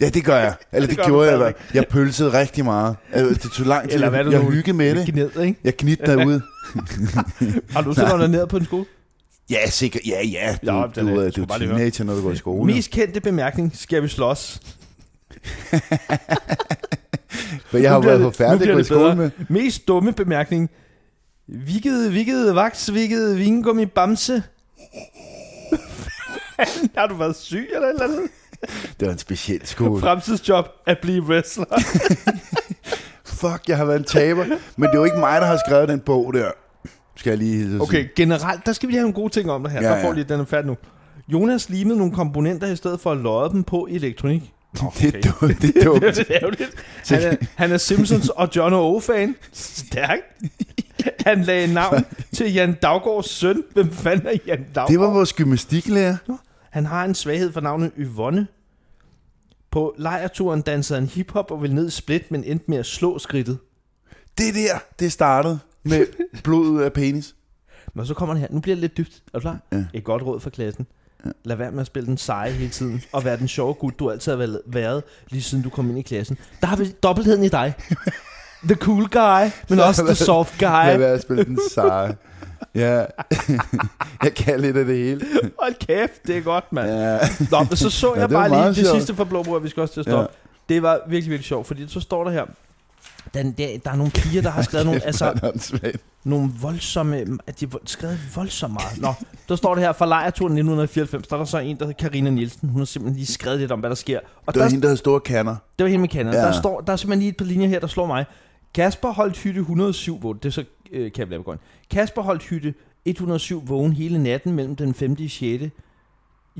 Speaker 2: Ja, det gør jeg. Eller det,
Speaker 3: Det gør
Speaker 2: gjorde
Speaker 3: du
Speaker 2: jeg. da. Jeg pølsede rigtig meget. Øh, Det tog lang tid.
Speaker 3: Eller hvad er det
Speaker 2: jeg
Speaker 3: nu?
Speaker 2: hyggede med det.
Speaker 1: Gned, ikke?
Speaker 2: Jeg knit derude.
Speaker 1: Har du selv ned på en skole?
Speaker 2: Ja, sikkert. Ja, ja. Du,
Speaker 3: Ja,
Speaker 2: ja,
Speaker 3: det er
Speaker 2: du,
Speaker 3: det.
Speaker 2: er-
Speaker 3: Jeg
Speaker 2: du
Speaker 3: skulle
Speaker 2: er
Speaker 3: bare lige
Speaker 2: teenager, når du går i
Speaker 3: Oh,
Speaker 2: skole.
Speaker 3: Mest kendte bemærkning. Skal vi slås?
Speaker 2: Men jeg
Speaker 3: Nu
Speaker 2: har
Speaker 3: bliver
Speaker 2: jo været
Speaker 3: det- nu
Speaker 2: forfærdelig at
Speaker 3: bliver
Speaker 2: gå i
Speaker 3: det bedre.
Speaker 2: skole med.
Speaker 3: Mest dumme bemærkning. Vikkede, vikkede, vaks, vikkede, vingummi, bamse. har du været syg eller et eller andet?
Speaker 2: Det var en speciel skole.
Speaker 3: Fremtidsjob at blive wrestler.
Speaker 2: Fuck, jeg har været en taber. Men det er jo ikke mig, der har skrevet den bog der. Skal jeg lige hilse og sige.
Speaker 3: Okay, generelt, der skal vi lige have nogle gode ting om det her.
Speaker 2: Ja,
Speaker 3: Ja, der får
Speaker 2: ja.
Speaker 3: lige den er færdig nu. Jonas limede nogle komponenter i stedet for at løje dem på i elektronik. Nå,
Speaker 2: Det er dumt. Det er dumt.
Speaker 3: Det er lidt ærgerligt. Han er, han er Simpsons og John O.-fan. Stærkt. Han lagde navn til Jan Daggaards søn. Hvem fanden er Jan Daggaard?
Speaker 2: Det var vores gymnastiklærer.
Speaker 3: Han har en svaghed for navnet Yvonne. På lejerturen dansede han hiphop og ville ned i split, men endte med at slå skridtet.
Speaker 2: Det der, det startede med blod ud af penis.
Speaker 1: Men så kommer det her. Nu bliver det lidt dybt. Er du klar?
Speaker 2: Ja.
Speaker 1: Et godt råd for klassen. Lad være med at spille den seje hele tiden, og være den sjove gut, du altid har vel- været, lige siden du kom ind i klassen. Der har vi dobbeltheden i dig. The cool guy, men også the soft
Speaker 2: Lad
Speaker 1: guy.
Speaker 2: være at spille den seje. Ja. jeg kan lidt af det hele.
Speaker 3: Hold kæft, det er godt, mand.
Speaker 2: Ja.
Speaker 3: Nå, men så så
Speaker 2: Ja,
Speaker 3: jeg
Speaker 2: det var
Speaker 3: bare lige
Speaker 2: meget
Speaker 3: det
Speaker 2: sjovt.
Speaker 3: sidste fra Blåbror, vi skal også til at stoppe. Ja. Det var virkelig, virkelig sjovt, fordi så står der her, den der, der er nogle piger, der har skrevet nogle, altså,
Speaker 2: Altså,
Speaker 1: Nogle voldsomme, at de har skrevet voldsomt meget. Nå, der står det her fra lejerturen 1994, der er der så en, der hedder Karina Nielsen. Hun har simpelthen lige skrevet lidt om, hvad der sker. Og
Speaker 2: det
Speaker 1: der
Speaker 2: var hende, der havde store kanner.
Speaker 1: Det var hende med Canada.
Speaker 2: Ja.
Speaker 1: Ja. Der, står, der er simpelthen lige et par linjer her, der slår mig. Kasper holdt hytte 107 vågen. Det er så øh, Cap Labegården. Kasper holdt hytte 107 vågen hele natten mellem den 5. og 6. i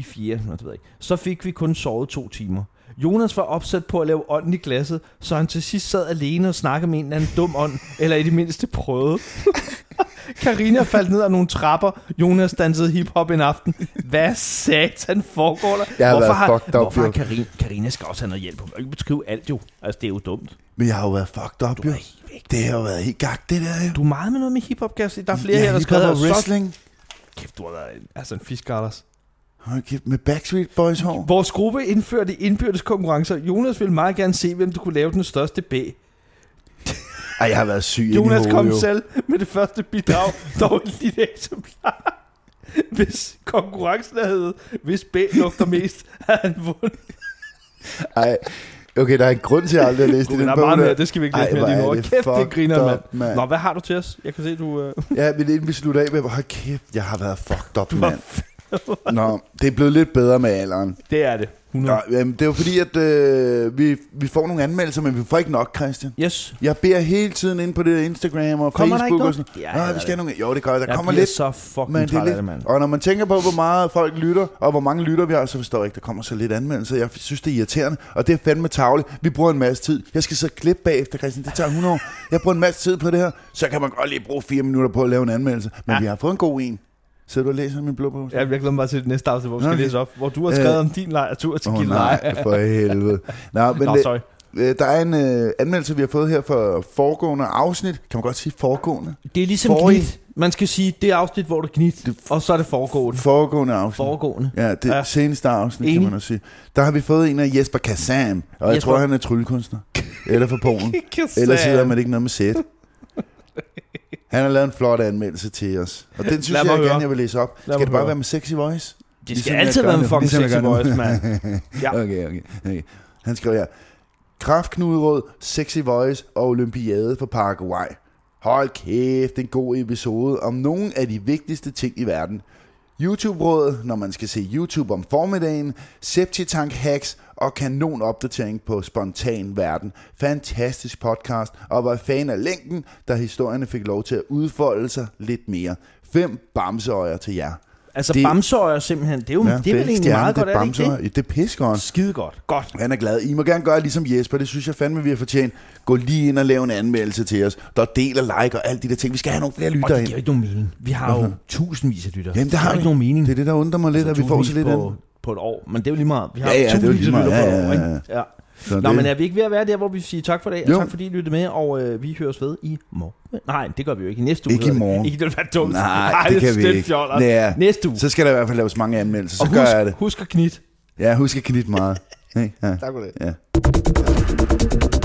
Speaker 1: 4. Nå, det ved jeg ikke. Så fik vi kun sovet to timer. Jonas var opsat på at lave ånden i glasset, så han til sidst sad alene og snakkede med en eller anden dum ånd, eller i det mindste prøvede. Karina faldt ned af nogle trapper. Jonas dansede hiphop en aften. Hvad satan foregår der?
Speaker 2: Jeg har været
Speaker 1: har,
Speaker 2: fucked up,
Speaker 1: hvorfor har
Speaker 2: jo.
Speaker 1: Karina, Karina skal også have noget hjælp. Hun kan jo ikke beskrive alt jo. Altså, det er jo dumt.
Speaker 2: Men jeg har jo været fucked up,
Speaker 1: Du
Speaker 2: jo.
Speaker 1: er helt væk.
Speaker 2: Det har jo været helt gak, det der, jo.
Speaker 1: Du er meget med noget med hiphop, kan jeg se. Der er flere
Speaker 2: ja,
Speaker 1: her, der
Speaker 2: hiphop
Speaker 1: skriver,
Speaker 2: og wrestling.
Speaker 1: Kæft, du har været en, altså en fiskarders.
Speaker 2: Hold kæft, med Backstreet Boys hår.
Speaker 3: Vores gruppe indførte indbyrdes konkurrencer. Jonas ville meget gerne se, hvem du kunne lave den største B.
Speaker 2: Ej, jeg har været syg inde i
Speaker 3: Jonas
Speaker 2: hovedet,
Speaker 3: kom
Speaker 2: jo.
Speaker 3: selv med det første bidrag, dog et lille eksemplar. Hvis konkurrencen havde, hvis B lugter mest, havde han vundet.
Speaker 2: Ej, okay, der er en grund til, at jeg aldrig har læst
Speaker 3: Gud,
Speaker 2: i den
Speaker 3: der er
Speaker 2: bog
Speaker 3: meget
Speaker 2: der.
Speaker 3: mere, det skal vi ikke læse
Speaker 2: Ej,
Speaker 3: mere
Speaker 2: hvor
Speaker 3: lige
Speaker 2: er
Speaker 3: nu. Og
Speaker 2: det
Speaker 3: Kæft, det
Speaker 2: fucked
Speaker 3: griner, mand.
Speaker 2: up, mand.
Speaker 3: Nå, hvad har du til os? Jeg kan se, du... Øh,
Speaker 2: Ja, men inden vi slutter af, vil jeg bare, hold kæft, jeg har været fucked up,
Speaker 3: var
Speaker 2: mand. Nå, det er blevet lidt bedre med alderen.
Speaker 3: det er det. 100.
Speaker 2: Nå, jamen, det er jo fordi, at øh, vi, vi får nogle anmeldelser, men vi får ikke nok, Christian.
Speaker 3: Yes.
Speaker 2: Jeg beder hele tiden ind på det der Instagram og
Speaker 3: Kommer der
Speaker 2: Facebook
Speaker 3: ikke
Speaker 2: og sådan
Speaker 3: noget? Ja,
Speaker 2: Nå,
Speaker 3: ja,
Speaker 2: vi skal have nogle... Jo, det gør jeg. Der
Speaker 3: Jeg
Speaker 2: kommer
Speaker 3: bliver
Speaker 2: lidt.
Speaker 3: så fucking
Speaker 2: Men det
Speaker 3: træt
Speaker 2: er
Speaker 3: af det, mand.
Speaker 2: lidt, og når man tænker på, hvor meget folk lytter, og hvor mange lytter vi har, så forstår jeg ikke, der kommer så lidt anmeldelser. Jeg synes, det er irriterende, og det er fandme tavligt. Vi bruger en masse tid. Jeg skal så klippe bagefter, Christian. Det tager 100 år. Jeg bruger en masse tid på det her. Så kan man godt lige bruge fire minutter på at lave en anmeldelse.
Speaker 3: Ja.
Speaker 2: Men ja. vi har fået en god en. Så du og læser min blå
Speaker 3: Jeg, jeg glæder mig bare til det næste afsnit, hvor vi skal
Speaker 2: Okay.
Speaker 3: læse op, hvor du har skrevet
Speaker 2: Øh.
Speaker 3: om din lejr, tur til
Speaker 2: Åh oh,
Speaker 3: Gilleleje.
Speaker 2: nej, for helvede. Nå, men
Speaker 3: Nå,
Speaker 2: Nå,
Speaker 3: sorry.
Speaker 2: øh, der er en øh, anmeldelse, vi har fået her for foregående afsnit. Kan man godt sige foregående?
Speaker 1: Det er ligesom
Speaker 2: Forrige.
Speaker 1: gnit. Man skal sige, det er afsnit, hvor der gnit, og så er det foregående.
Speaker 2: Foregående afsnit.
Speaker 1: Foregående.
Speaker 2: Ja, det
Speaker 3: Ja.
Speaker 2: ja. seneste
Speaker 1: Enig.
Speaker 2: afsnit, Enig. kan man også sige. Der har vi fået en af Jesper Kassam, og jeg
Speaker 1: Jesper.
Speaker 2: tror, han er tryllekunstner. Eller fra Polen. Ellers hedder man ikke noget med sæt. Han har lavet en flot anmeldelse til os. Og den synes
Speaker 3: Lad
Speaker 2: jeg,
Speaker 3: mig
Speaker 2: jeg
Speaker 3: høre.
Speaker 2: gerne, jeg vil læse op.
Speaker 3: Lad
Speaker 2: Skal
Speaker 3: mig
Speaker 2: det bare
Speaker 3: høre.
Speaker 2: være med sexy voice?
Speaker 1: Det skal
Speaker 2: Ligesom jeg
Speaker 1: altid
Speaker 2: gør
Speaker 1: være en
Speaker 2: nu.
Speaker 1: fucking
Speaker 2: Ligesom jeg
Speaker 1: sexy
Speaker 2: gør nu.
Speaker 1: voice, mand.
Speaker 3: Ja.
Speaker 2: Okay, okay, okay. Han skriver her. Kraftknuderåd, Sexy Voice og Olympiade for Paraguay. Hold kæft, en god episode om nogle af de vigtigste ting i verden. YouTube-råd, når man skal se YouTube om formiddagen, septitank hacks og kanonopdatering på spontan verden. Fantastisk podcast, og var fan af længden, da historierne fik lov til at udfolde sig lidt mere. Fem bamseøjer til jer.
Speaker 1: Altså,
Speaker 2: Det-
Speaker 1: bamsøjer simpelthen, det er jo, Uh, det er vel egentlig
Speaker 2: stjerne,
Speaker 1: meget godt,
Speaker 2: det
Speaker 1: er det ikke
Speaker 2: bamseøjer.
Speaker 1: det?
Speaker 2: det? er pissegodt.
Speaker 3: Skide godt. Godt.
Speaker 2: Han er glad. I må gerne gøre ligesom Jesper, det synes jeg fandme, vi har fortjent. Gå lige ind og lav en anmeldelse til os. Der deler, like og alt de der ting. Vi skal have nogle flere
Speaker 1: Og
Speaker 2: lyttere
Speaker 1: det
Speaker 2: ind.
Speaker 1: giver jo ikke nogen mening. Vi har jo tusindvis af lyttere.
Speaker 2: Jamen, det
Speaker 1: Det
Speaker 2: har
Speaker 1: har
Speaker 2: vi.
Speaker 1: ikke nogen mening.
Speaker 2: Det er det, der undrer mig
Speaker 1: Altså,
Speaker 2: lidt, at vi får så
Speaker 1: Tusindvis
Speaker 2: lidt
Speaker 1: på,
Speaker 2: andet.
Speaker 1: på et år, men det er jo lige meget. Vi har
Speaker 2: Ja, ja, det er jo
Speaker 1: tusindvis
Speaker 2: lige
Speaker 1: af lytter
Speaker 2: meget.
Speaker 1: på et
Speaker 2: Ja,
Speaker 1: år,
Speaker 2: ja, ja.
Speaker 1: ikke? Ja.
Speaker 2: Så
Speaker 1: Nå,
Speaker 2: det-
Speaker 1: men er vi ikke ved at være der, hvor vi siger tak for i dag,
Speaker 2: Jo.
Speaker 1: og tak fordi I lyttede med, og øh, vi høres ved i morgen. Nej, det gør vi jo ikke. I næste uge.
Speaker 2: Ikke i
Speaker 1: hedder det.
Speaker 2: morgen.
Speaker 1: Ikke, det vil være dumt.
Speaker 2: Nej, det kan vi ikke.
Speaker 3: Nej.
Speaker 2: Ja,
Speaker 1: Næste uge.
Speaker 2: så skal der i hvert fald laves mange anmeldelser. Så
Speaker 1: Og
Speaker 2: gør jeg det.
Speaker 1: husk, husk at knit.
Speaker 2: Ja, husk at knitte meget. Ja.
Speaker 3: Tak for det.
Speaker 2: ja.